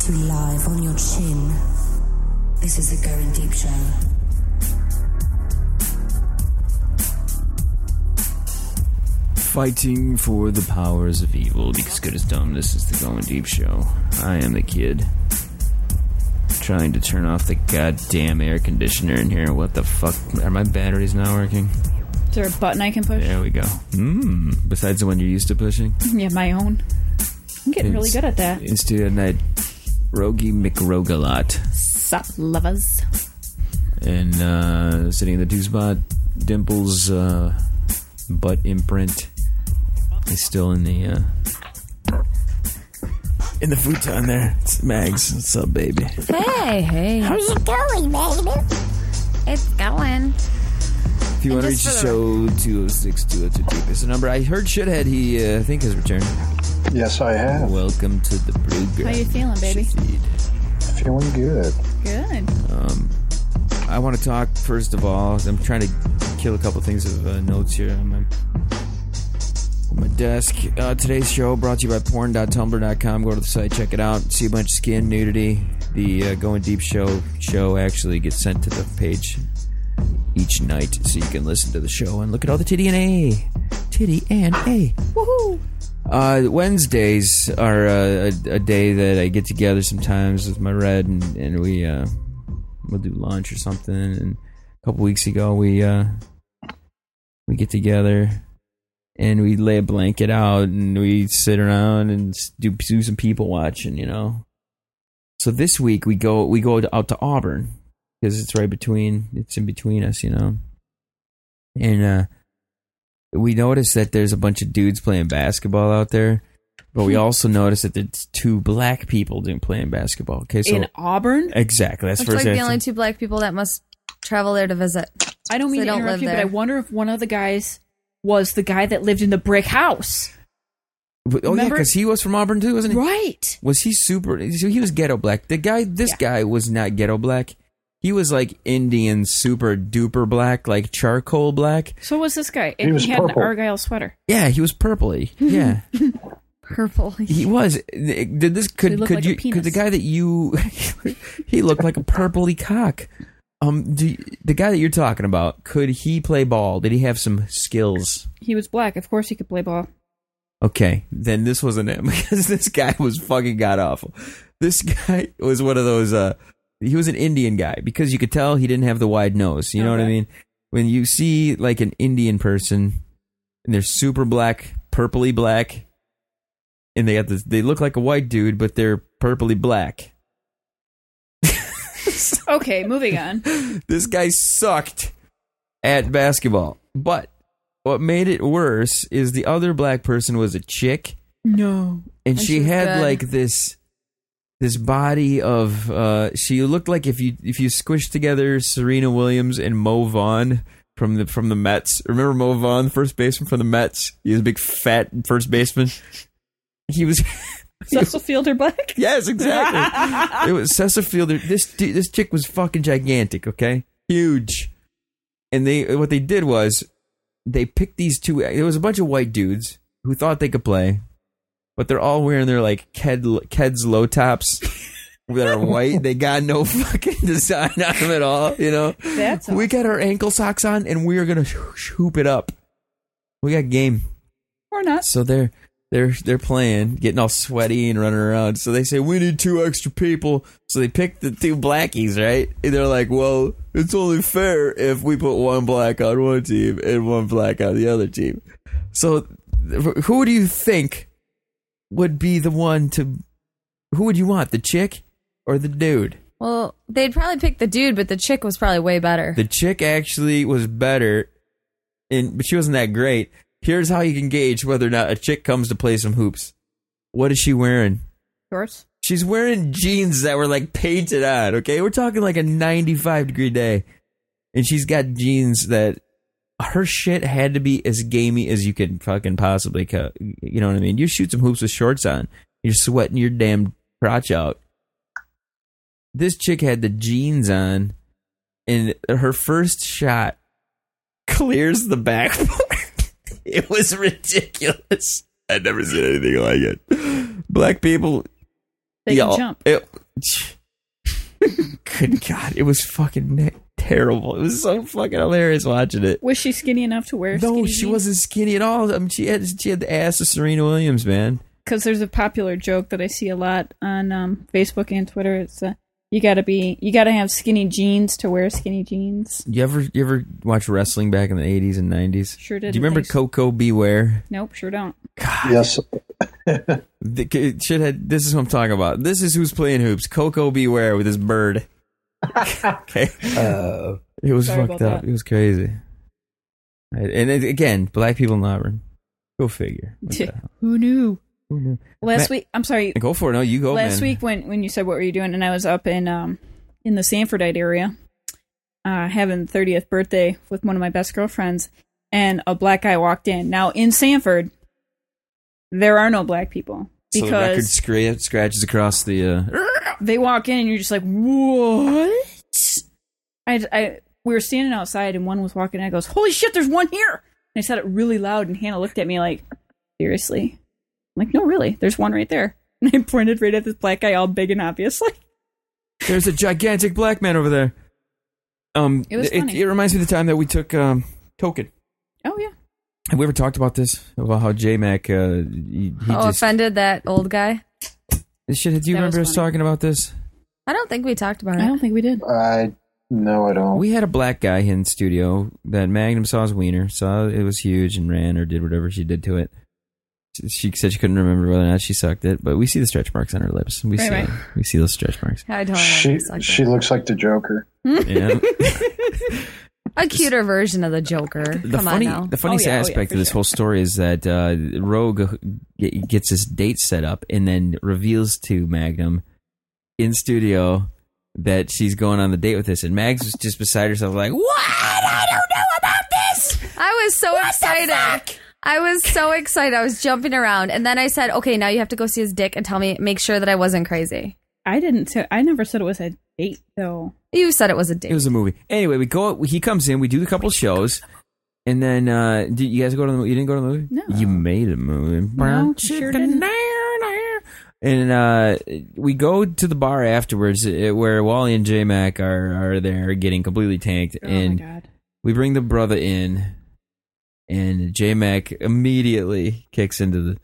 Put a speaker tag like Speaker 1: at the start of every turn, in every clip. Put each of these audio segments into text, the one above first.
Speaker 1: to live on your chin. This is the Going Deep Show.
Speaker 2: Fighting for the powers of evil because good as dumb, this is the Going Deep Show. I am the kid. Trying to turn off the goddamn air conditioner in here. What the fuck? Are my batteries not working?
Speaker 3: Is there a button I can push?
Speaker 2: There we go. Mmm. Besides the one you're used to pushing?
Speaker 3: Yeah, my own. I'm getting really good at that.
Speaker 2: Instead of night, Rogie McRogalot.
Speaker 3: Sup, lovers.
Speaker 2: And uh, sitting in the two spot, Dimple's uh, butt imprint is still in the uh, in the futon there. It's Mags. What's up, baby?
Speaker 4: Hey, hey. How's it going, baby? It's going.
Speaker 2: If you want to reach
Speaker 4: just
Speaker 2: the show,
Speaker 4: for
Speaker 2: 206 202 is the number. I heard Shithead, he, uh, I think, has returned.
Speaker 5: Yes, I have.
Speaker 2: Welcome to the Brew
Speaker 3: How
Speaker 2: Garden,
Speaker 3: you feeling, baby?
Speaker 2: Shitseed.
Speaker 5: Feeling good.
Speaker 3: Good.
Speaker 2: I want to talk first of all. I'm trying to kill a couple things of uh, notes here on my on my desk. Uh, today's show brought to you by porn.tumblr.com. Go to the site, check it out. See a bunch of skin nudity. The uh, Going Deep show show actually gets sent to the page each night, so you can listen to the show and look at all the titty and a titty and a. Uh, Wednesdays are uh, a, a day that I get together sometimes with my red, and, and we uh, we'll do lunch or something. And a couple weeks ago, we uh, we get together and we lay a blanket out and we sit around and s- do do some people watching, you know. So this week we go we go out to Auburn because it's right between it's in between us, you know. And uh, we noticed that there's a bunch of dudes playing basketball out there, but
Speaker 4: Hmm.
Speaker 2: we also noticed that there's two black people doing playing basketball. Okay, so
Speaker 3: In Auburn?
Speaker 2: Exactly. That's
Speaker 4: It's
Speaker 2: first.
Speaker 4: like the
Speaker 2: answer.
Speaker 4: only two black people that must travel there to visit.
Speaker 3: I don't mean
Speaker 4: They
Speaker 3: to
Speaker 4: don't
Speaker 3: interrupt
Speaker 4: live
Speaker 3: you, but
Speaker 4: there.
Speaker 3: I wonder if one of the guys was the guy that lived in the brick house.
Speaker 2: But- oh yeah,
Speaker 3: Remember-
Speaker 2: because he was from Auburn too, wasn't he?
Speaker 3: Right.
Speaker 2: Was he super? So he was ghetto black. The guy, this guy was not ghetto black. He was like Indian super duper black, like charcoal black.
Speaker 3: So was this guy. And
Speaker 5: He was
Speaker 3: had
Speaker 5: purple.
Speaker 3: an Argyle sweater.
Speaker 2: Yeah, he was purpley. Yeah,
Speaker 4: Purple.
Speaker 2: he was. Did this
Speaker 3: He
Speaker 2: could
Speaker 3: looked
Speaker 2: could
Speaker 3: like a
Speaker 2: you
Speaker 3: penis.
Speaker 2: could the guy that you he looked like a purpley cock. Um, do, the guy that you're talking about could he play ball? Did he have some skills?
Speaker 3: He was black. Of course he could play ball.
Speaker 2: Okay, then this wasn't it because this guy was fucking god awful. This guy was one of those. uh He was an Indian guy because you could tell he didn't have the wide nose. You know what I
Speaker 3: Okay.
Speaker 2: mean? When you see like an Indian person and they're super black, purpley black, and they got this, they look like a white dude, but they're purpley black.
Speaker 3: Okay, moving on.
Speaker 2: this guy sucked at basketball. But what made it worse is the other black person was a chick.
Speaker 3: No.
Speaker 2: and,
Speaker 4: And
Speaker 2: she,
Speaker 4: she was
Speaker 2: had
Speaker 4: good.
Speaker 2: like this this body of uh she looked like if you if you squished together Serena Williams and Mo Vaughn from the from the Mets. Remember Mo Vaughn, first baseman from the Mets? He was a big fat first baseman. He was
Speaker 3: Cecil Fielder black?
Speaker 2: Yes, exactly. it was Cecil Fielder. This du- this chick was fucking gigantic. Okay, huge. And they what they did was they picked these two. There was a bunch of white dudes who thought they could play, but they're all wearing their like Ked Keds low tops. that are white. They got no fucking design on them at all. You know,
Speaker 3: That's
Speaker 2: we got our ankle socks on, and we are gonna sh- hoop it up. We got game.
Speaker 3: Or not.
Speaker 2: So they're they're they're playing, getting all sweaty and running around. So they say we need two extra people. So they pick the two blackies, right? And they're like, well, it's only fair if we put one black on one team and one black on the other team. So th- who do you think would be the one to? Who would you want, the chick or the dude?
Speaker 4: Well, they'd probably pick the dude, but the chick was probably way better.
Speaker 2: The chick actually was better, and but she wasn't that great. Here's how you can gauge whether or not a chick comes to play some hoops. What is she wearing?
Speaker 3: Shorts.
Speaker 2: She's wearing jeans that were like painted on, okay? We're talking like a 95 degree day. And she's got jeans that her shit had to be as gamey as you could fucking possibly cut. You know what I mean? You shoot some hoops with shorts on, you're sweating your damn crotch out. This chick had the jeans on, and her first shot clears the backboard. it was ridiculous. I'd never seen anything like it. Black people
Speaker 3: They
Speaker 2: Yeah,
Speaker 3: can jump.
Speaker 2: It, good God, it was fucking ne- terrible. It was so fucking hilarious watching it.
Speaker 3: Was she skinny enough to wear?
Speaker 2: No, she wasn't skinny at all. I mean, she had she had the ass of Serena Williams, man.
Speaker 3: Because there's a popular joke that I see a lot on um, Facebook and Twitter. It's uh, you gotta be, you gotta have skinny jeans to wear skinny jeans.
Speaker 2: You ever you ever watch wrestling back in the eighties and nineties?
Speaker 3: Sure
Speaker 2: Do
Speaker 3: did.
Speaker 2: you remember
Speaker 3: Thanks.
Speaker 2: Coco Beware?
Speaker 3: Nope, sure don't.
Speaker 5: Yes.
Speaker 2: The, it should had, this is what I'm talking about. This is who's playing hoops. Coco Beware with his bird. okay,
Speaker 5: Uh,
Speaker 2: it was
Speaker 3: Sorry
Speaker 2: fucked
Speaker 3: about
Speaker 2: up.
Speaker 3: that.
Speaker 2: It was crazy. Right, And it, again, black people in Auburn. Go figure. What the hell?
Speaker 3: Who knew?
Speaker 2: Who knew?
Speaker 3: Last
Speaker 2: Ma-
Speaker 3: week, I'm sorry.
Speaker 2: Go for it. No, you go.
Speaker 3: last
Speaker 2: man.
Speaker 3: week when when you said what were you doing and i was up in um in the sanfordite area uh having 30th birthday with one of my best girlfriends and a black guy walked in now in sanford there are no black people
Speaker 2: so the record
Speaker 3: because
Speaker 2: scra- scratches across the. Uh,
Speaker 3: they walk in and you're just like what i i we were standing outside and one was walking in i goes holy shit there's one here and i said it really loud and hannah looked at me like seriously I'm like no really there's one right there and i pointed right at this black guy all big and obvious like
Speaker 2: There's a gigantic black man over there. Um,
Speaker 3: It was
Speaker 2: it,
Speaker 3: funny.
Speaker 2: it reminds me of the time that we took um, Token.
Speaker 3: oh yeah
Speaker 2: Have we ever talked about this? About how J Mac, uh, he, he
Speaker 4: oh,
Speaker 2: just.
Speaker 4: offended that old guy.
Speaker 2: Shit, do you
Speaker 3: That
Speaker 2: remember
Speaker 3: was
Speaker 2: us
Speaker 3: funny.
Speaker 2: talking about this?
Speaker 4: I don't think we talked about
Speaker 3: I
Speaker 4: it.
Speaker 3: don't think we did.
Speaker 5: I no, I don't.
Speaker 2: We had a black guy in studio that Magnum saw his wiener, saw it was huge and ran or did whatever she did to it. She- She said she couldn't remember whether or not she sucked it, but we see the stretch marks on her lips. We
Speaker 3: Right,
Speaker 2: see
Speaker 3: right.
Speaker 2: we see those stretch marks.
Speaker 4: I don't.
Speaker 5: she
Speaker 4: remember this
Speaker 5: she looks like the Joker.
Speaker 2: Yeah.
Speaker 4: a cuter version of the Joker.
Speaker 2: the
Speaker 4: Come
Speaker 2: funny,
Speaker 4: on now.
Speaker 2: the funniest
Speaker 3: Oh, yeah, oh, yeah,
Speaker 2: aspect
Speaker 3: for
Speaker 2: of this
Speaker 3: sure.
Speaker 2: whole story is that uh, Rogue g- gets his date set up and then reveals to Magnum in studio that she's going on the date with this, and Mags was just beside herself, like, "What?
Speaker 4: I was so excited. I was so excited. I was jumping around, and then I said, "Okay, now you have to go see his dick and tell me, make sure that I wasn't crazy."
Speaker 3: I didn't. T- I never said it was a date, though.
Speaker 4: You said it was a dick.
Speaker 2: It was a movie." Anyway, we go. He comes in. We do a couple shows, and then uh, did you guys go to the? movie? You didn't go to the movie.
Speaker 3: No.
Speaker 2: you made a movie.
Speaker 3: No, sure didn't.
Speaker 2: And uh, we go to the bar afterwards, uh, where Wally and J Mac are are there getting completely tanked, and
Speaker 3: oh my god!
Speaker 2: we bring the brother in, and J Mac immediately kicks into the.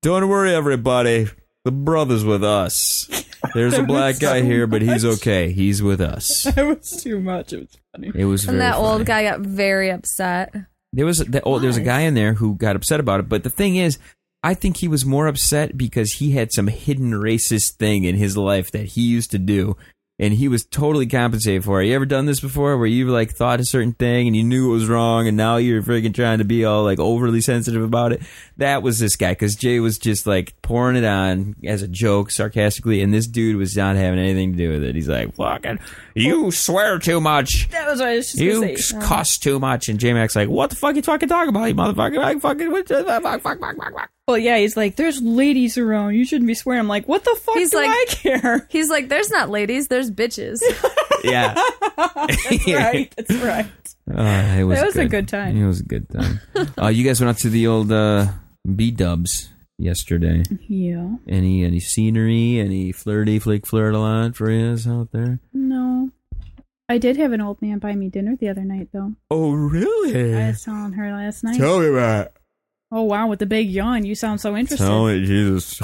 Speaker 2: Don't worry, everybody. The brother's with us. There's a black guy here, but he's okay. He's with us.
Speaker 3: That was too much. It was funny.
Speaker 2: It was
Speaker 4: and
Speaker 2: very
Speaker 4: that
Speaker 2: funny.
Speaker 4: old guy got very upset.
Speaker 2: There was that, oh, there was a guy in there who got upset about it. But the thing is, I think he was more upset because he had some hidden racist thing in his life that he used to do, and he was totally compensated for. it. You ever done this before, where you like thought a certain thing and you knew it was wrong, and now you're freaking trying to be all like overly sensitive about it? That was this guy because Jay was just like pouring it on as a joke, sarcastically, and this dude was not having anything to do with it. He's like, "Fucking, you swear too much."
Speaker 3: That was what I was just
Speaker 2: You
Speaker 3: gonna
Speaker 2: s-
Speaker 3: say.
Speaker 2: cost too much. And J Mac's like, what the fuck you fucking talking about, you motherfucker? I fucking, what the fuck, fuck, fuck, fuck, fuck.
Speaker 3: Well, yeah, he's like, "There's ladies around. You shouldn't be swearing." I'm like, "What the fuck
Speaker 4: He's
Speaker 3: do
Speaker 4: like-
Speaker 3: I care?"
Speaker 4: He's like, "There's not ladies. There's bitches."
Speaker 2: Yeah.
Speaker 3: That's right. That's right.
Speaker 2: Uh, it was
Speaker 3: That was a good time.
Speaker 2: It was a good time. uh, you guys went out to the old uh, B Dubs yesterday.
Speaker 3: Yeah.
Speaker 2: Any any scenery, any flirty flick flirt a lot for you out there?
Speaker 3: No. I did have an old man buy me dinner the other night, though.
Speaker 2: Oh,
Speaker 3: I
Speaker 2: really?
Speaker 3: was telling her last night.
Speaker 2: me about
Speaker 3: Oh wow, with the big yawn, you sound so interested.
Speaker 2: me, Jesus.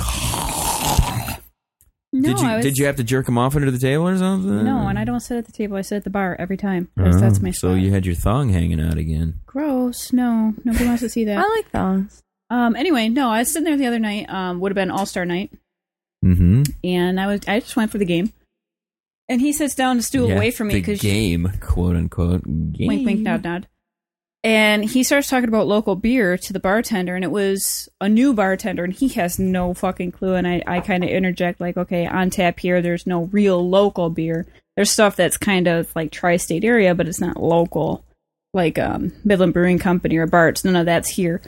Speaker 3: no,
Speaker 2: did you
Speaker 3: I was,
Speaker 2: did you have to jerk him off under the table or something? Oh,
Speaker 3: No, and I don't sit at the table. I sit at the bar every time. 'cause that's my
Speaker 2: so
Speaker 3: style.
Speaker 2: you had your thong hanging out again.
Speaker 3: gross. No, nobody wants to see that.
Speaker 4: I like thongs.
Speaker 3: Um. Anyway, no, I was sitting there the other night. Um, would have been All Star night,
Speaker 2: Mm-hmm.
Speaker 3: and I was I just went for the game. And he sits down to stool
Speaker 2: Yeah,
Speaker 3: away from me
Speaker 2: the
Speaker 3: because
Speaker 2: game, quote unquote, game.
Speaker 3: wink, wink, nod, nod. And he starts talking about local beer to the bartender, and it was a new bartender, and he has no fucking clue. And I, I kind of interject like, okay, on tap here, there's no real local beer. There's stuff that's kind of like tri-state area, but it's not local, like um, Midland Brewing Company or Bart's. None of that's here.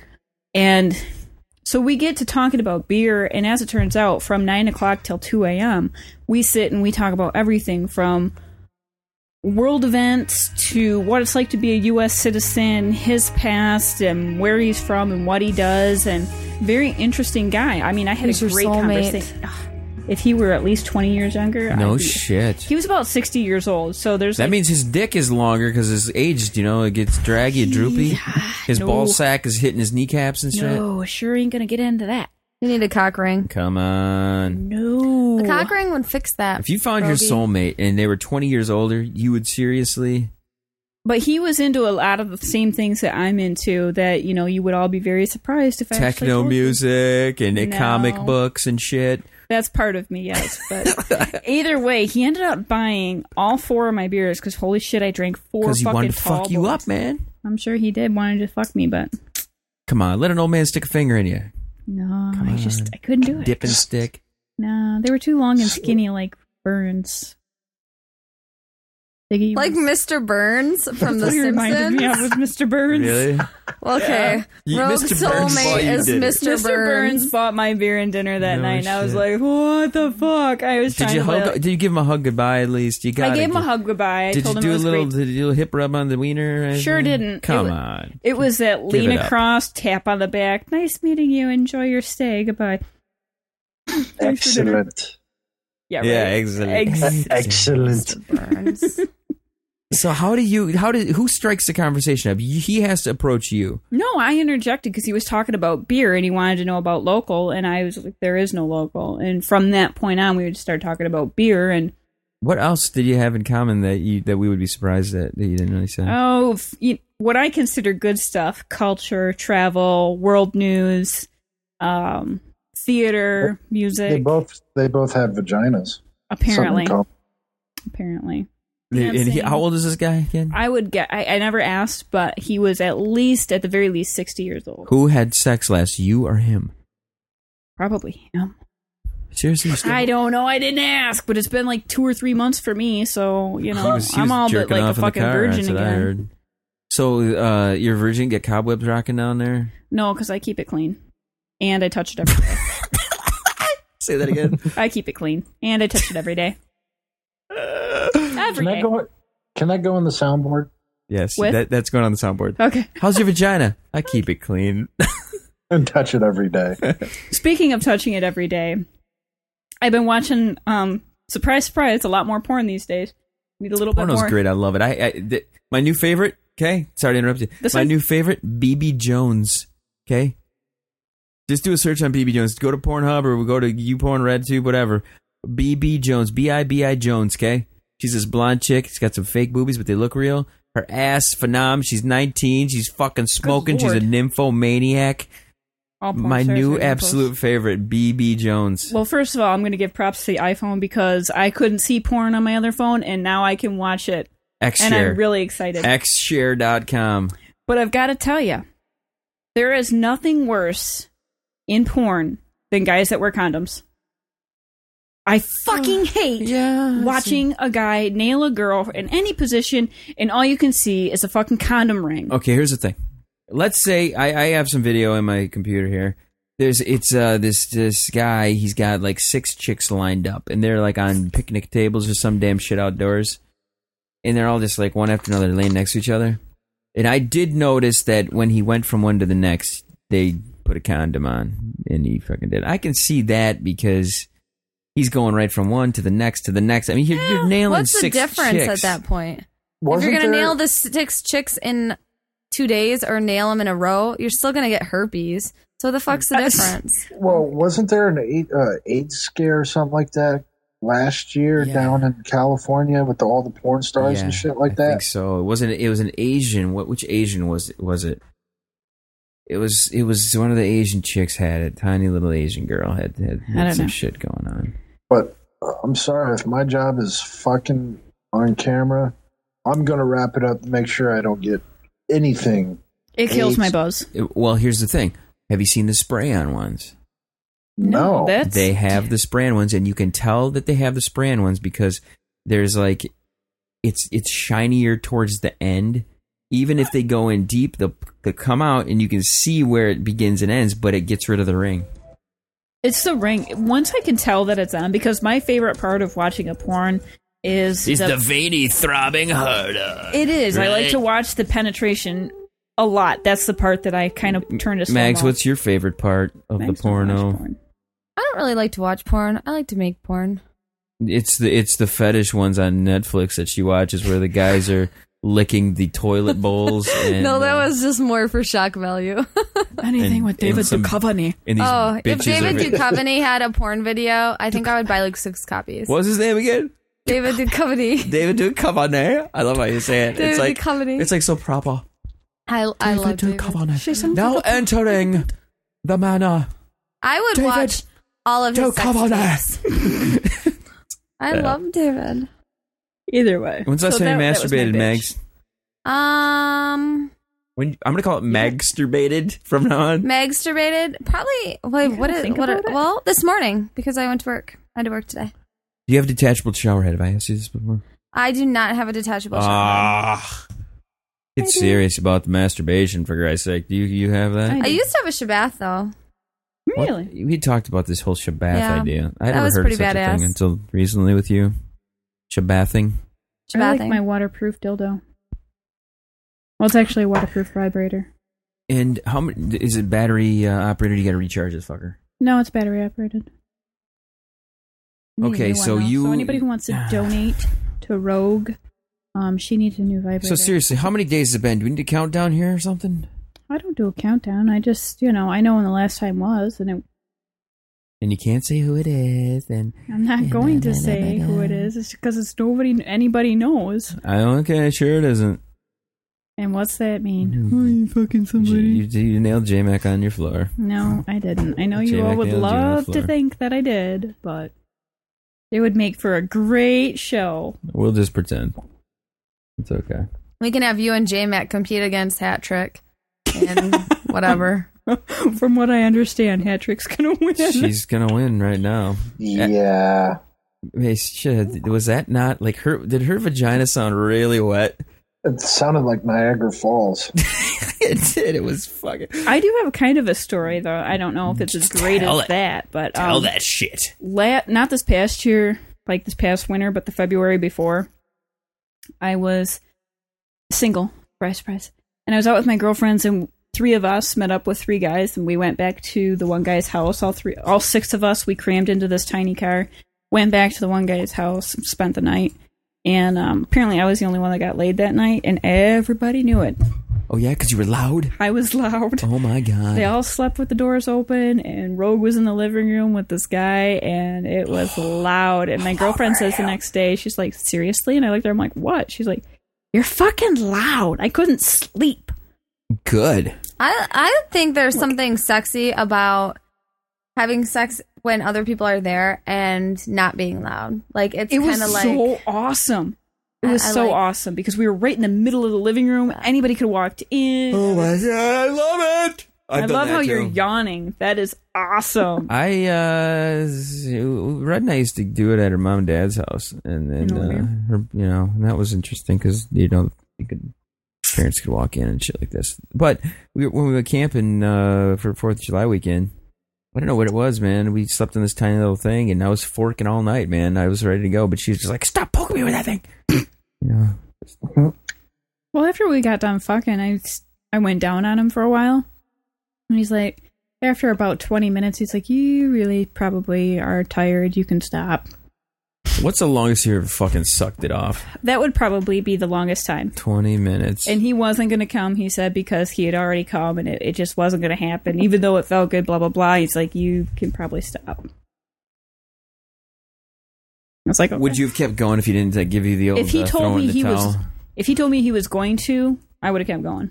Speaker 3: And so we get to talking about beer, and as it turns out, from nine o'clock till two a.m., we sit and we talk about everything from world events to what it's like to be a U.S. citizen, his past, and where he's from, and what he does, and very interesting guy. I mean, I had
Speaker 4: He's
Speaker 3: a
Speaker 4: your
Speaker 3: great
Speaker 4: soulmate.
Speaker 3: conversation. If he were at least 20 years younger,
Speaker 2: No
Speaker 3: I'd be-
Speaker 2: shit.
Speaker 3: He was about 60 years old, so there's
Speaker 2: That
Speaker 3: like-
Speaker 2: means his dick is longer because it's aged. You know, it gets draggy, and droopy. His
Speaker 3: no.
Speaker 2: ball sack is hitting his kneecaps and shit.
Speaker 3: no, sure ain't gonna get into that.
Speaker 4: You need a cock ring.
Speaker 2: Come on.
Speaker 3: No,
Speaker 4: A cock ring would fix that.
Speaker 2: If you found your
Speaker 4: Rogie.
Speaker 2: soulmate and they were 20 years older, you would seriously.
Speaker 3: but he was into a lot of the same things that I'm into. That you know, you would all be very surprised if I actually
Speaker 2: techno
Speaker 3: told you.
Speaker 2: music and uh,
Speaker 3: No.
Speaker 2: comic books and shit.
Speaker 3: That's part of me, yes. But either way, he ended up buying all four of my beers because holy shit, I drank four
Speaker 2: Because
Speaker 3: fucking
Speaker 2: he wanted to
Speaker 3: tall
Speaker 2: fuck you
Speaker 3: boys.
Speaker 2: up, man.
Speaker 3: I'm sure he did wanted to fuck me, but
Speaker 2: Come on, let an old man stick a finger in you.
Speaker 3: no,
Speaker 2: Come
Speaker 3: I just
Speaker 2: on.
Speaker 3: I couldn't do it.
Speaker 2: Dip and stick.
Speaker 3: No, they were too long and skinny, like Burns. Biggie
Speaker 4: like
Speaker 3: was-
Speaker 4: Mr. Burns from
Speaker 3: That's
Speaker 4: The
Speaker 3: what he reminded
Speaker 4: Simpsons.
Speaker 3: me of was Mr. Burns.
Speaker 2: Really?
Speaker 4: Okay,
Speaker 2: You-
Speaker 4: rogue
Speaker 2: Mr. Burns bought you
Speaker 4: soulmate is
Speaker 2: dinner.
Speaker 4: Mr. Burns.
Speaker 3: bought my beer and dinner that
Speaker 2: No
Speaker 3: night, and I was
Speaker 2: shit.
Speaker 3: like, "What the fuck?" I was
Speaker 2: Did
Speaker 3: trying
Speaker 2: you
Speaker 3: to.
Speaker 2: hug?
Speaker 3: like-
Speaker 2: Did you give him a hug goodbye at least? You got.
Speaker 3: I gave him a hug goodbye. I
Speaker 2: Did
Speaker 3: told
Speaker 2: you
Speaker 3: him
Speaker 2: do
Speaker 3: it
Speaker 2: a
Speaker 3: was
Speaker 2: little?
Speaker 3: great.
Speaker 2: Did you do a hip rub on the wiener? or
Speaker 3: Sure
Speaker 2: anything?
Speaker 3: didn't. It
Speaker 2: Come
Speaker 3: wa-
Speaker 2: on.
Speaker 3: It was that
Speaker 2: Give it
Speaker 3: Lena
Speaker 2: up.
Speaker 3: Cross tap on the back. Nice meeting you. Enjoy your stay. Goodbye. Thanks for dinner.
Speaker 5: Excellent.
Speaker 3: Yeah.
Speaker 2: Yeah,
Speaker 3: right.
Speaker 2: excellent.
Speaker 3: Ex-
Speaker 5: Excellent.
Speaker 4: Burns.
Speaker 2: So how do you? How did? Who strikes the conversation up? You- He has to approach you.
Speaker 3: no, I interjected because he was talking about beer and he wanted to know about local, and I was like, "There is no local." And from that point on, we would start talking about beer and
Speaker 2: What else did you have in common that you that we would be surprised at that you didn't really say?
Speaker 3: Oh, f- you, what I consider good stuff: culture, travel, world news, um, theater,
Speaker 5: They
Speaker 3: music.
Speaker 5: both they both had vaginas.
Speaker 3: Apparently,
Speaker 5: Something called-
Speaker 3: apparently, yeah,
Speaker 2: and he,
Speaker 3: same.
Speaker 2: how old is this guy again?
Speaker 3: I would get. I, I never asked, but he was at least, at the very least, sixty years old.
Speaker 2: Who had sex last? You or him?
Speaker 3: Probably him.
Speaker 2: Seriously,
Speaker 3: I don't know. I didn't ask, but it's been like two or three months for me, so you know,
Speaker 2: He was- he
Speaker 3: I'm
Speaker 2: was
Speaker 3: all but
Speaker 2: jerking
Speaker 3: like a
Speaker 2: off in the
Speaker 3: fucking
Speaker 2: car,
Speaker 3: virgin
Speaker 2: that's what I
Speaker 3: again.
Speaker 2: heard. So uh, your virgin get cobwebs rocking down there?
Speaker 3: No, because I keep it clean, and I touch it every day.
Speaker 2: Say that again.
Speaker 3: I keep it clean, and I touch it every day. Every
Speaker 5: Can I
Speaker 3: day.
Speaker 5: go? Can I go on the soundboard?
Speaker 2: yes,
Speaker 3: With-
Speaker 2: that, that's going on the soundboard.
Speaker 3: Okay.
Speaker 2: How's your vagina? I keep it clean.
Speaker 5: And touch it every day.
Speaker 3: Speaking of touching it every day, I've been watching. Um, surprise, surprise! A lot more porn these days. Need a little bit
Speaker 2: Porno's
Speaker 3: more.
Speaker 2: great. I love it. I, I th- my new favorite. Okay, sorry to interrupt you.
Speaker 3: This
Speaker 2: my
Speaker 3: one-
Speaker 2: new favorite, BB Jones. Okay, just do a search on BB Jones. Go to Pornhub or go to YouPorn, RedTube, whatever. BB Jones, B I B I Jones. Okay, she's this blonde chick. She's got some fake boobies, but they look real. Her ass, phenom. She's 19. She's fucking smoking. She's a
Speaker 3: lord.
Speaker 2: nymphomaniac.
Speaker 3: All porn
Speaker 2: My
Speaker 3: stars are
Speaker 2: new
Speaker 3: gonna
Speaker 2: absolute
Speaker 3: post.
Speaker 2: favorite, BB Jones.
Speaker 3: Well, first of all, I'm going to give props to the iPhone because I couldn't see porn on my other phone, and now I can watch it,
Speaker 2: X
Speaker 3: and
Speaker 2: share.
Speaker 3: I'm really excited.
Speaker 2: Xshare.com.
Speaker 3: But I've got to tell you, there is nothing worse in porn than guys that wear condoms. I fucking hate
Speaker 2: Uh,
Speaker 3: watching a guy nail a girl in any position, and all you can see is a fucking condom ring.
Speaker 2: Okay, here's the thing. Let's say I, I have some video in my computer here. There's it's uh this this guy he's got like six chicks lined up and they're like on picnic tables or some damn shit outdoors, and they're all just like one after another laying next to each other. And I did notice that when he went from one to the next, they put a condom on and he fucking did. I can see that because he's going right from one to the next to the next. I mean, you're, you're nailing
Speaker 4: What's the
Speaker 2: six
Speaker 4: difference at
Speaker 2: chicks.
Speaker 4: that point?
Speaker 5: Wasn't
Speaker 4: if you're gonna
Speaker 5: there-
Speaker 4: nail the six chicks in two days or nail them in a row, you're still gonna get herpes. So the fuck's the difference?
Speaker 5: Well, wasn't there an eight, uh, AIDS scare or something like that last year
Speaker 2: Yeah.
Speaker 5: down in California with all the porn stars and
Speaker 2: Yeah,
Speaker 5: shit like
Speaker 2: I
Speaker 5: that?
Speaker 2: think so it wasn't. It was an Asian. What? Which Asian was it? Was it? It was. It was one of the Asian chicks had it. Tiny little Asian girl had had, had
Speaker 3: don't
Speaker 2: some
Speaker 3: know.
Speaker 2: shit going on.
Speaker 5: But uh, I'm sorry if my job is fucking on camera, I'm gonna wrap it up and make sure I don't get anything.
Speaker 3: It kills
Speaker 5: AIDS.
Speaker 3: my buzz.
Speaker 2: It- well, here's the thing. Have you seen the spray on ones?
Speaker 5: No,
Speaker 3: that's
Speaker 2: they have the spray on ones, and you can tell that they have the spray on ones because there's like, it's it's shinier towards the end. Even if they go in deep, they'll, they'll come out, and you can see where it begins and ends, but it gets rid of the ring.
Speaker 3: it's the ring. Once I can tell that it's on, because my favorite part of watching a porn is the,
Speaker 2: veiny, throbbing harder.
Speaker 3: it is. I like
Speaker 2: Right.
Speaker 3: to watch the penetration a lot. That's the part that I kind of turn to. slow
Speaker 2: Max,
Speaker 3: mo.
Speaker 2: what's your favorite part of
Speaker 3: Max
Speaker 2: the
Speaker 3: don't watch
Speaker 2: porno?
Speaker 3: porn.
Speaker 4: I don't really like to watch porn. I like to make porn.
Speaker 2: It's the it's the fetish ones on Netflix that she watches where the guys are licking the toilet bowls. And,
Speaker 4: no, that
Speaker 2: uh,
Speaker 4: was just more for shock value.
Speaker 3: Anything
Speaker 2: And-
Speaker 3: with David
Speaker 2: and some-
Speaker 3: Duchovny.
Speaker 2: and these
Speaker 4: oh, if
Speaker 2: bitches
Speaker 4: David
Speaker 2: are-
Speaker 4: Duchovny had a porn video, I think I would buy like six copies.
Speaker 2: What was his name again?
Speaker 4: David Duchovny.
Speaker 2: David Duchovny. eh? I love how you say it.
Speaker 4: David
Speaker 2: it's like
Speaker 4: Duchovny.
Speaker 2: it's like so proper.
Speaker 4: I, I love David.
Speaker 2: Duchovny. eh? Now entering the manor.
Speaker 4: I would
Speaker 2: David
Speaker 4: watch all of his sex tapes.
Speaker 2: Duchovny.
Speaker 4: I
Speaker 2: Yeah.
Speaker 4: love David.
Speaker 3: Either way.
Speaker 2: When's the last
Speaker 3: So
Speaker 2: time you
Speaker 3: that- that was my
Speaker 2: masturbated,
Speaker 3: bitch.
Speaker 2: Megs?
Speaker 4: Um,
Speaker 2: When I'm gonna call it Magsterbated from now on.
Speaker 4: masturbated probably. Wait,
Speaker 3: gotta
Speaker 4: what is
Speaker 3: think
Speaker 4: what?
Speaker 3: about it.
Speaker 4: Well, this morning because I went to work. I had to work today.
Speaker 2: Do you have a detachable shower head? Have I asked you this before?
Speaker 4: I do not have a detachable shower.
Speaker 2: Ah. Get serious about the masturbation, for Christ's sake. Do you, you have that?
Speaker 3: I
Speaker 4: I
Speaker 3: do.
Speaker 4: used to have a Shabbat though.
Speaker 2: What?
Speaker 3: Really?
Speaker 2: We talked about this whole Shabbat
Speaker 4: Yeah.
Speaker 2: idea. I
Speaker 4: That
Speaker 2: never
Speaker 4: was
Speaker 2: heard
Speaker 4: pretty
Speaker 2: of such a
Speaker 4: badass.
Speaker 2: thing until recently with you. Shabbathing.
Speaker 4: Shabbat
Speaker 3: I like
Speaker 4: thing.
Speaker 3: my waterproof dildo. Well, it's actually a waterproof vibrator.
Speaker 2: And how many is it battery uh, operated? You got to recharge this fucker.
Speaker 3: No, it's battery operated. I need a
Speaker 2: Okay,
Speaker 3: new
Speaker 2: so
Speaker 3: though.
Speaker 2: you-
Speaker 3: So anybody who wants to donate to Rogue, um, she needs a new vibrator.
Speaker 2: So seriously, how many days has it been? Do we need to count down here or something?
Speaker 3: I don't do a countdown. I just, you know, I know when the last time was, and it,
Speaker 2: And you can't say who it is. And
Speaker 3: I'm not going to say who it is. It's because it's nobody, anybody knows.
Speaker 2: I okay, sure it isn't.
Speaker 3: And what's that mean?
Speaker 2: fucking somebody. You, you, you nailed J Mac on your floor.
Speaker 3: No, I didn't. I know you
Speaker 2: Jamie
Speaker 3: all would
Speaker 2: McNeil's on the
Speaker 3: love to
Speaker 2: floor.
Speaker 3: think that I did, but it would make for a great show.
Speaker 2: We'll just pretend. It's okay.
Speaker 4: We can have you and J Mac compete against Hat Trick and whatever.
Speaker 3: From what I understand, Hatrick's gonna win.
Speaker 2: She's gonna win right now.
Speaker 5: Yeah.
Speaker 2: Hey, shit, was that not like her? Did her vagina sound really wet?
Speaker 5: It sounded like Niagara Falls.
Speaker 2: it did. It was fucking.
Speaker 3: I do have kind of a story though. I don't know if it's as great
Speaker 2: Tell
Speaker 3: as
Speaker 2: it.
Speaker 3: that, but um,
Speaker 2: All that shit.
Speaker 3: la- not this past year, like this past winter, but the February before, I was single, surprise, surprise. And I was out with my girlfriends, and three of us met up with three guys, and we went back to the one guy's house. All three, all six of us, we crammed into this tiny car, went back to the one guy's house, spent the night. And um, apparently, I was the only one that got laid that night, and everybody knew it.
Speaker 2: Oh yeah, because you were loud.
Speaker 3: I was loud.
Speaker 2: Oh my god.
Speaker 3: They all slept with the doors open, and Rogue was in the living room with this guy, and it was loud. And my girlfriend says the next day, she's like, "Seriously?" And I looked at her, I'm like, "What?" She's like, "You're fucking loud. I couldn't sleep."
Speaker 2: Good.
Speaker 4: I I think there's something sexy about having sex when other people are there and not being loud. Like it's
Speaker 3: It was
Speaker 4: kind of like
Speaker 3: so awesome. It was
Speaker 4: I- I
Speaker 3: so
Speaker 4: like-
Speaker 3: awesome because we were right in the middle of the living room. Anybody could have walked in.
Speaker 2: Oh my god, I love it. I've
Speaker 3: I
Speaker 2: done
Speaker 3: love
Speaker 2: that
Speaker 3: how
Speaker 2: too.
Speaker 3: you're yawning. That is awesome.
Speaker 2: I uh, Red and I used to do it at her mom and dad's house, and then
Speaker 3: In the living
Speaker 2: uh, her, you know, and that was interesting because you know you could parents could walk in and shit like this. But we when we were camping uh, for Fourth of July weekend, I don't know what it was, man. We slept in this tiny little thing, and I was forking all night, man. I was ready to go, but she was just like, "Stop poking me with that thing," you know.
Speaker 3: Well, after we got done fucking, I s- I went down on him for a while, and he's like, after about twenty minutes, he's like, "You really probably are tired. You can stop."
Speaker 2: What's the longest you ever fucking sucked it off?
Speaker 3: That would probably be the longest time.
Speaker 2: Twenty minutes.
Speaker 3: And he wasn't going to come, he said, because he had already come and it, it just wasn't going to happen. Even though it felt good, blah, blah, blah. He's like, you can probably stop. I was like,
Speaker 2: Would
Speaker 3: okay.
Speaker 2: you have kept going if he didn't like, give you the old?
Speaker 3: If he
Speaker 2: uh,
Speaker 3: told
Speaker 2: throw in
Speaker 3: me
Speaker 2: the
Speaker 3: he was,
Speaker 2: towel?
Speaker 3: if he told me he was going to, I would have kept going.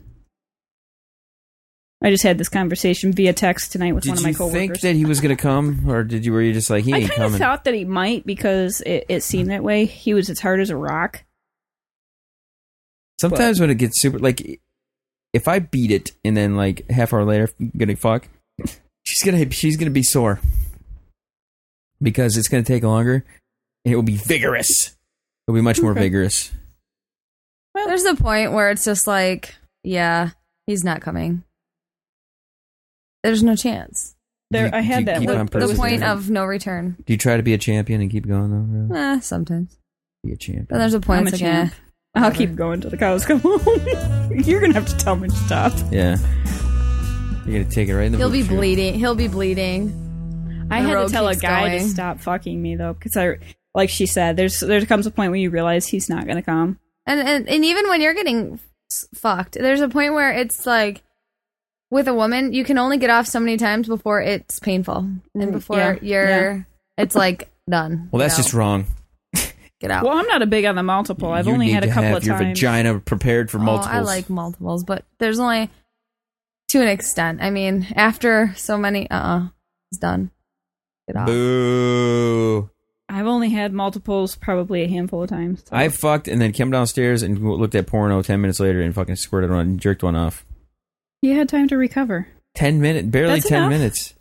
Speaker 3: I just had this conversation via text tonight with
Speaker 2: Did
Speaker 3: one of my
Speaker 2: you
Speaker 3: coworkers.
Speaker 2: think that he was going to come, or did you? Were you just like he
Speaker 3: I
Speaker 2: ain't
Speaker 3: kind of
Speaker 2: coming?
Speaker 3: thought that he might because it, it seemed that way. He was as hard as a rock.
Speaker 2: Sometimes when it gets super, like if I beat it and then like half hour later, I'm gonna fuck. She's gonna she's gonna be sore because it's gonna take longer, and it will be vigorous. It'll be much more
Speaker 3: Okay.
Speaker 2: vigorous.
Speaker 4: there's a point where it's just like, yeah, he's not coming. There's no chance.
Speaker 3: There,
Speaker 2: Do you-
Speaker 3: I
Speaker 2: do
Speaker 3: had
Speaker 2: you
Speaker 3: that.
Speaker 2: keep
Speaker 3: look,
Speaker 2: on
Speaker 3: but it was-
Speaker 4: The point
Speaker 2: persevering?
Speaker 4: of no return.
Speaker 2: Do you try to be a champion and keep going though? Really?
Speaker 4: Eh, sometimes.
Speaker 2: Be a champion.
Speaker 4: But there's a point
Speaker 3: I'm a
Speaker 4: it's like, eh.
Speaker 3: champ. I'll keep going till the cows come home. You're gonna have to tell me to stop.
Speaker 2: yeah. You're gonna take it right in the.
Speaker 4: He'll be
Speaker 2: boob, too.
Speaker 4: bleeding. He'll be bleeding.
Speaker 3: I had to
Speaker 4: road
Speaker 3: tell a
Speaker 4: keeps
Speaker 3: guy to
Speaker 4: going.
Speaker 3: stop fucking me though, because I, like she said, there's there comes a point where you realize he's not gonna come.
Speaker 4: And, and and even when you're getting s- fucked, there's a point where it's like with a woman, you can only get off so many times before it's painful and before
Speaker 3: Mm, yeah,
Speaker 4: you're it's like done.
Speaker 2: Well, that's
Speaker 4: Get out.
Speaker 2: just wrong.
Speaker 4: get out.
Speaker 3: Well, I'm not a big on the multiple. I've
Speaker 2: You
Speaker 3: only
Speaker 2: need
Speaker 3: had a
Speaker 2: to
Speaker 3: couple
Speaker 2: have
Speaker 3: of
Speaker 2: your
Speaker 3: times.
Speaker 2: vagina prepared for multiples.
Speaker 4: Oh, I like multiples, but there's only to an extent. I mean, after so many, uh, uh it's done. Get off.
Speaker 2: Boo.
Speaker 3: I've only had multiples probably a handful of times.
Speaker 2: I fucked and then came downstairs and looked at porno 10 minutes later and fucking squirted one and jerked one off.
Speaker 3: you had time to recover.
Speaker 2: 10 minutes, barely
Speaker 3: That's
Speaker 2: 10
Speaker 3: enough.
Speaker 2: minutes.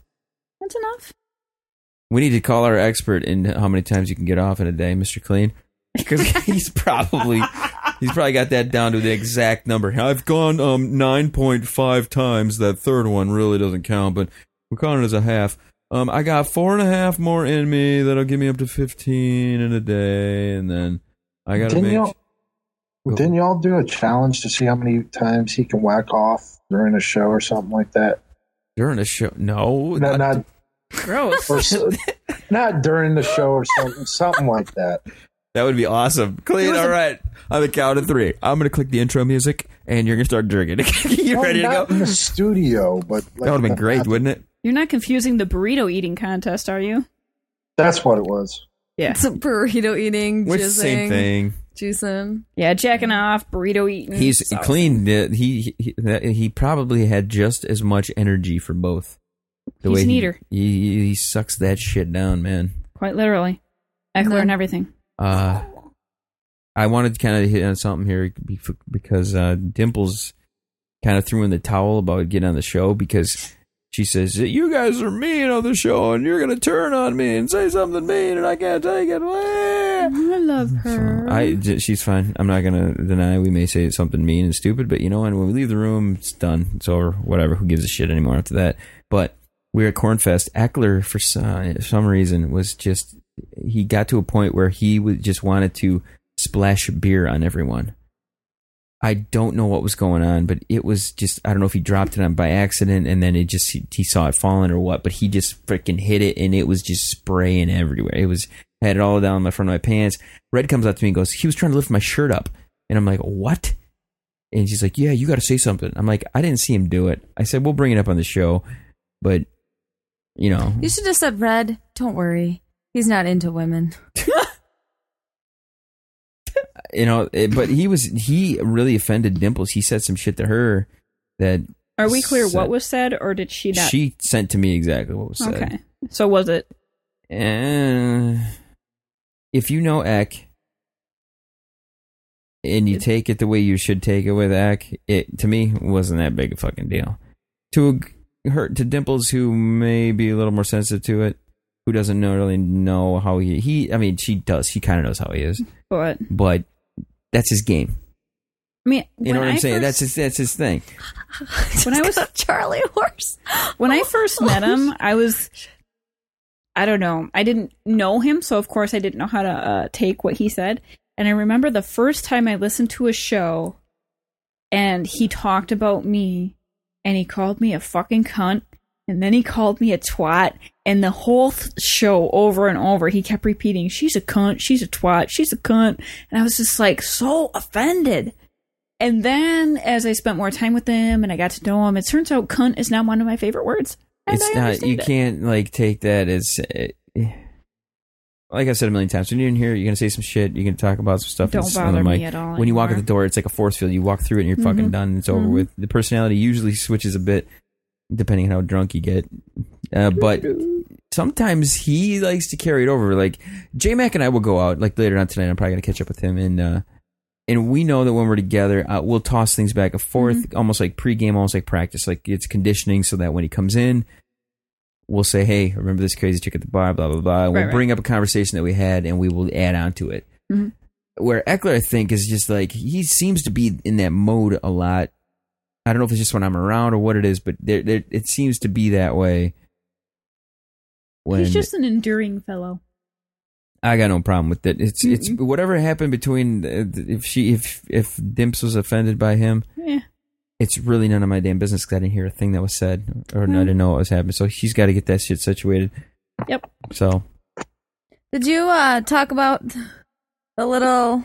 Speaker 3: That's enough.
Speaker 2: We need to call our expert in how many times you can get off in a day, Mr. Clean. Because he's probably he's probably got that down to the exact number. I've gone um nine point five times. That third one really doesn't count, but we're calling it as a half. Um, I got four and a half more in me that'll give me up to fifteen in a day, and then I gotta
Speaker 5: Didn't
Speaker 2: make.
Speaker 5: y'all- Didn't y'all do a challenge to see how many times he can whack off during a show or something like that?
Speaker 2: During a show, no,
Speaker 5: No, not
Speaker 3: Gross.
Speaker 5: or, s- not during the show or something, something like that.
Speaker 2: that would be awesome. Clean, all right. On the count of three, I'm gonna click the intro music, and you're gonna start jerking. you
Speaker 5: Well,
Speaker 2: ready to go?
Speaker 5: not in the studio, but like
Speaker 2: That would have been
Speaker 5: the-
Speaker 2: great, wouldn't it?
Speaker 3: You're not confusing the burrito eating contest, are you?
Speaker 5: That's what it was.
Speaker 3: Yeah.
Speaker 4: Some burrito eating,
Speaker 2: Which
Speaker 4: jizzing,
Speaker 2: same thing.
Speaker 4: juicing.
Speaker 3: Yeah, jacking off, burrito eating.
Speaker 2: He's
Speaker 3: So-
Speaker 2: clean. uh, He, he that- he probably had just as much energy for both.
Speaker 3: He's
Speaker 2: he-
Speaker 3: neater.
Speaker 2: He, he, sucks that shit down, man.
Speaker 3: Quite literally. Eckler
Speaker 4: No.
Speaker 3: and everything.
Speaker 2: Uh, I wanted to kind of hit on something here be- because uh, Dimples kind of threw in the towel about getting on the show because she says you guys are mean on the show and you're gonna turn on me and say something mean and I can't take it. Wah!
Speaker 3: I love
Speaker 2: So
Speaker 3: her.
Speaker 2: I j- she's fine. I'm not gonna deny we may say something mean and stupid, but you know, and when we leave the room, it's done. It's over. Whatever. Who gives a shit anymore after that? But we were at Cornfest. Eckler, for some, some reason, was just he got to a point where he would just wanted to splash beer on everyone. I don't know what was going on, but it was just I don't know if he dropped it on by accident and then it just he, he saw it falling or what, but he just freaking hit it and it was just spraying everywhere. It was had it all down my front of my pants. Red comes up to me and goes, "He was trying to lift my shirt up," and I'm like, "What?" And she's like, "Yeah, you got to say something." I'm like, "I didn't see him do it." I said, "We'll bring it up on the show," but you know,
Speaker 4: You should have said red. Don't worry. He's not into women.
Speaker 2: you know. It, but he was he really offended Dimples. He said some shit to her that
Speaker 3: Are we clear
Speaker 2: said-
Speaker 3: what was said, or did she not?
Speaker 2: she sent to me exactly what was said.
Speaker 3: okay. So was it?
Speaker 2: Uh, if you know Eck and you take it the way you should take it with Eck, it to me wasn't that big a fucking deal. To a, her, to Dimples, who may be a little more sensitive to it, who doesn't know really know how he he. I mean, she does. She kind of knows how he is,
Speaker 3: But
Speaker 2: but that's his game.
Speaker 3: I mean,
Speaker 2: You
Speaker 3: when
Speaker 2: know what I'm
Speaker 3: I
Speaker 2: saying?
Speaker 3: first-
Speaker 2: That's his that's his thing.
Speaker 3: When I was-
Speaker 4: Charlie horse.
Speaker 3: when I first met him, I was I don't know. I didn't know him, so of course I didn't know how to uh, take what he said. And I remember the first time I listened to a show and he talked about me and he called me a fucking cunt and then he called me a twat and the whole th- show over and over he kept repeating she's a cunt, she's a twat, she's a cunt and I was just like so offended. And then as I spent more time with him and I got to know him, it turns out cunt is now one of my favorite words. And
Speaker 2: it's
Speaker 3: I
Speaker 2: not
Speaker 3: understand
Speaker 2: you
Speaker 3: it.
Speaker 2: can't like take that as eh, eh. like I've said a million times. When you're in here, you're gonna say some shit. You're gonna talk about some stuff.
Speaker 3: Don't
Speaker 2: it's on the
Speaker 3: bother me
Speaker 2: mic.
Speaker 3: at all
Speaker 2: When you walk at the
Speaker 3: anymore. Mm-hmm.
Speaker 2: door, it's like a force field. You walk through it, and you're fucking done. and It's over with. The personality usually switches a bit depending on how drunk you get. Uh, but sometimes he likes to carry it over. Like J Mac and I will go out like later on tonight. I'm probably gonna catch up with him and. uh and we know that when we're together, uh, we'll toss things back and forth,
Speaker 3: Mm-hmm.
Speaker 2: almost like pregame, almost like practice. Like it's conditioning, so that when he comes in, we'll say, "Hey, remember this crazy chick at the bar?" Blah blah blah. we'll
Speaker 3: right.
Speaker 2: bring up a conversation that we had, and we will add on to it.
Speaker 3: Mhm.
Speaker 2: Where Eckler, I think, is just like he seems to be in that mode a lot. I don't know if it's just when I'm around or what it is, but there, there it seems to be that way. When
Speaker 3: He's just an enduring fellow.
Speaker 2: I got no problem with it. It's it's whatever happened between uh, if she if if Dimps was offended by him,
Speaker 3: Yeah.
Speaker 2: it's really none of
Speaker 3: Mm.
Speaker 2: my damn business because I didn't hear a thing that was said or I didn't know what was happening. So she's got to get that shit situated.
Speaker 3: Yep.
Speaker 2: So
Speaker 4: Did you uh, talk about the little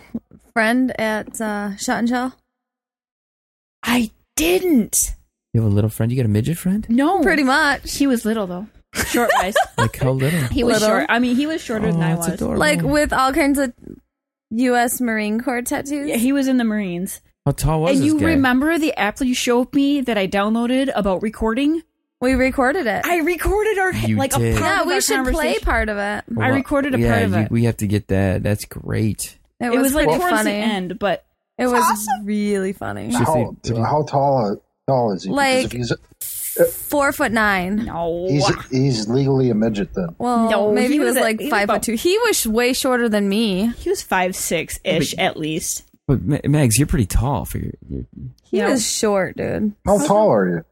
Speaker 4: friend at uh, Shot and Shell?
Speaker 3: I didn't.
Speaker 2: you have a little friend. You got a midget friend?
Speaker 3: No.
Speaker 4: Pretty much.
Speaker 3: He was little though. Short wise.
Speaker 2: Like how little? Oh,
Speaker 3: He was
Speaker 4: Little.
Speaker 3: short. I mean, he was shorter than I
Speaker 2: that's
Speaker 3: was.
Speaker 2: adorable.
Speaker 4: Like with all kinds of U.S. Marine Corps tattoos.
Speaker 3: Yeah, he was in the Marines.
Speaker 2: how tall was
Speaker 3: And
Speaker 2: this
Speaker 3: you
Speaker 2: guy?
Speaker 3: remember the app that you showed me that I downloaded about recording?
Speaker 4: we recorded it.
Speaker 3: I recorded our
Speaker 2: You
Speaker 3: like
Speaker 2: did.
Speaker 3: a part
Speaker 4: yeah,
Speaker 3: of
Speaker 4: we
Speaker 3: our
Speaker 4: should play
Speaker 3: conversation.
Speaker 4: part of it.
Speaker 3: I recorded a
Speaker 2: yeah,
Speaker 3: part of
Speaker 2: you-
Speaker 3: it.
Speaker 2: We have to get that. That's great.
Speaker 4: It,
Speaker 3: It was, like
Speaker 4: pretty
Speaker 3: towards
Speaker 4: funny.
Speaker 3: the end, but
Speaker 4: It was really funny.
Speaker 2: Should
Speaker 5: How,
Speaker 2: they-
Speaker 5: how tall tall is he? Because
Speaker 4: Like-
Speaker 5: if he's
Speaker 4: Four foot nine.
Speaker 3: no.
Speaker 5: he's he's legally a midget then.
Speaker 4: Well,
Speaker 3: No,
Speaker 4: maybe
Speaker 3: he
Speaker 4: he
Speaker 3: was
Speaker 4: was,
Speaker 3: a-
Speaker 4: like
Speaker 3: he was
Speaker 4: five
Speaker 3: about-
Speaker 4: foot two. He was way shorter than me.
Speaker 3: He was five six ish at least.
Speaker 2: But Ma- Mags, you're pretty tall for your, your
Speaker 4: He
Speaker 3: No.
Speaker 4: was short, dude.
Speaker 5: How tall are you?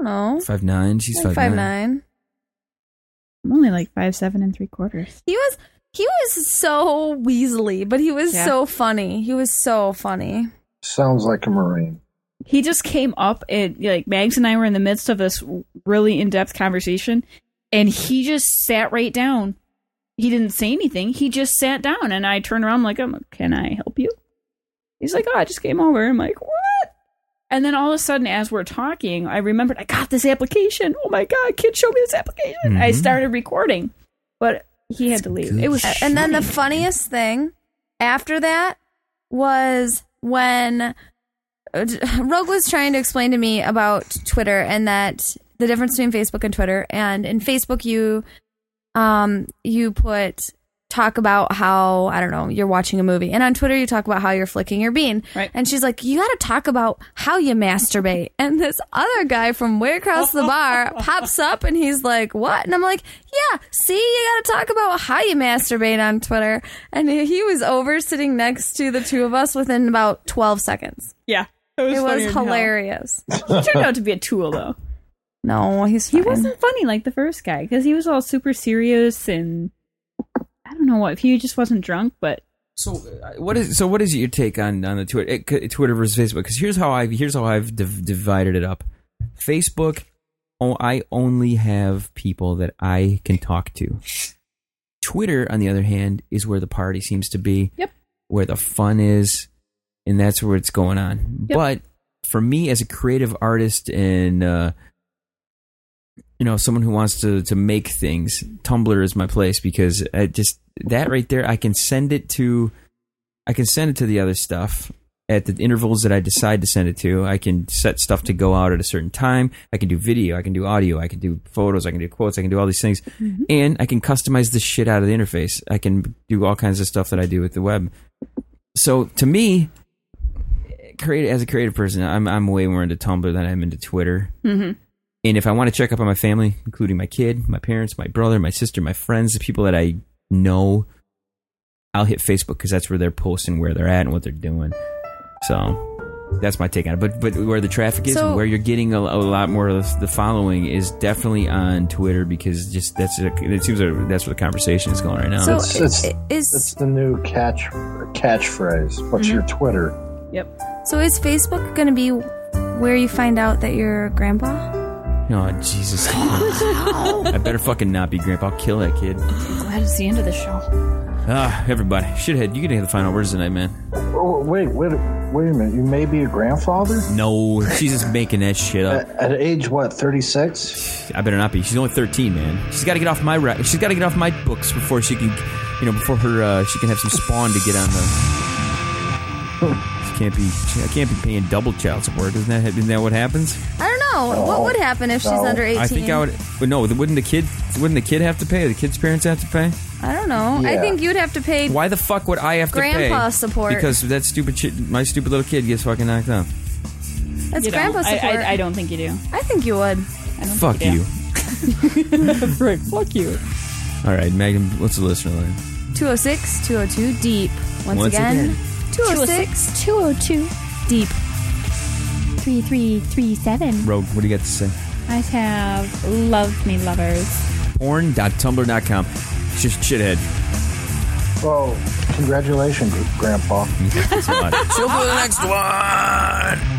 Speaker 4: I don't know.
Speaker 2: five nine. She's
Speaker 4: like five nine.
Speaker 3: I'm only like five seven and three quarters.
Speaker 4: He was he was so weaselly, but he was
Speaker 3: Yeah.
Speaker 4: so funny. He was so funny.
Speaker 5: Sounds like a marine.
Speaker 3: He just came up and like Mags and I were in the midst of this really in depth conversation, and he just sat right down. He didn't say anything. He just sat down, and I turned around I'm like, um, "Can I help you?" He's like, "Oh, I just came over." I'm like, "What?" And then all of a sudden, as we're talking, I remembered I got this application. Oh my god, kid, show me this application. I
Speaker 4: Mm-hmm.
Speaker 2: Mhm.
Speaker 3: started recording, but he had to leave.
Speaker 2: good
Speaker 3: It was
Speaker 2: shit.
Speaker 4: And then the funniest thing after that was when Rogue was trying to explain to me about Twitter and that the difference between Facebook and Twitter. And in Facebook, you um you put talk about how I don't know you're watching a movie, and on Twitter you talk about how you're flicking your bean.
Speaker 3: Right.
Speaker 4: And she's like, you got to talk about how you masturbate. And this other guy from way across the bar pops up, and he's like, what? And I'm like, yeah, see, you got to talk about how you masturbate on Twitter. And he he was over sitting next to the two of us within about 12 seconds.
Speaker 3: yeah,
Speaker 4: It
Speaker 3: funnier
Speaker 4: was
Speaker 3: than hell.
Speaker 4: hilarious.
Speaker 3: He turned out to be a tool though.
Speaker 4: No, he's
Speaker 3: He
Speaker 4: fine.
Speaker 3: wasn't funny like the first guy because he was all super serious and I don't know what if he just wasn't drunk, but
Speaker 2: So uh, what is so what is your take on on the Twitter eh, c- Twitter versus Facebook? Because here's how I here's how I've div- divided it up. Facebook, oh, I only have people that I can talk to. Twitter, on the other hand, is where the party seems to be.
Speaker 3: Yep.
Speaker 2: Where the fun is, and that's where it's going on.
Speaker 3: Yep.
Speaker 2: But for me, as a creative artist and uh, you know someone who wants to to make things, Tumblr is my place because I just that right there, I can send it to, I can send it to the other stuff at the intervals that I decide to send it to. I can set stuff to go out at a certain time. I can do video. I can do audio. I can do photos. I can do quotes. I can do all these things, and I can customize the shit out of the interface. I can do all kinds of stuff that I do with the web. So to me, create as a creative person, I'm I'm way more into Tumblr than I'm into Twitter.
Speaker 4: Mm-hmm.
Speaker 2: And if I want to check up on my family, including my kid, my parents, my brother, my sister, my friends, the people that I know, I'll hit Facebook because that's where they're posting where they're at and what they're doing. So that's my take on it. But but where the traffic is, and
Speaker 4: So-
Speaker 2: where you're getting a, a lot more of the following is definitely on Twitter because just that's a, it seems like that's where the conversation is going right now.
Speaker 4: So
Speaker 5: It's- it's-
Speaker 4: i-
Speaker 5: It's
Speaker 4: is Mm-hmm.
Speaker 5: the new catch catchphrase. What's your Twitter?
Speaker 3: yep.
Speaker 4: so is Facebook going to be where you find out that you're a grandpa?
Speaker 2: oh Jesus! I better fucking not be Grandpa. I'll kill that kid.
Speaker 3: Glad it's the end of the show.
Speaker 2: Ah, everybody, shithead, you can hear the final words tonight, man.
Speaker 5: Oh, wait, wait, wait a minute. You may be a grandfather
Speaker 2: No, she's just making that shit
Speaker 5: at,
Speaker 2: up.
Speaker 5: at age what? Thirty six.
Speaker 2: I better not be. She's only thirteen, man. She's got to get off my ra- she's got to get off my books before she can, you know, before her uh, she can have some spawn to get on the. She can't be. She, I can't be paying double child support. Isn't that isn't that what happens?
Speaker 4: I don't know.
Speaker 5: No.
Speaker 4: what would happen if she's
Speaker 5: No.
Speaker 4: under 18?
Speaker 2: I think I would. But no, wouldn't the kid wouldn't the kid have to pay? Or the kid's parents have to pay?
Speaker 4: I don't know. I
Speaker 5: Yeah.
Speaker 4: think you'd have to pay
Speaker 2: Why the fuck would I have to pay?
Speaker 4: Grandpa support.
Speaker 2: because that stupid shit. My stupid little kid gets fucking knocked out.
Speaker 4: That's
Speaker 3: You don't.
Speaker 4: grandpa
Speaker 3: I,
Speaker 4: support.
Speaker 3: I, I don't think you do.
Speaker 4: I think you would.
Speaker 3: I don't
Speaker 2: Fuck
Speaker 3: think
Speaker 2: you.
Speaker 3: Frick, fuck you.
Speaker 2: All right, Megan. What's the listener line?
Speaker 4: 206 202 deep. Once,
Speaker 2: Once
Speaker 4: again,
Speaker 2: again.
Speaker 4: 206 202 deep.
Speaker 6: 3337.
Speaker 2: Rogue. What do you got to say?
Speaker 3: I have loved me lovers.
Speaker 2: porn.tumblr.com. It's just shithead.
Speaker 5: Well, congratulations, grandpa.
Speaker 2: Thanks a lot.
Speaker 7: Till for the next one.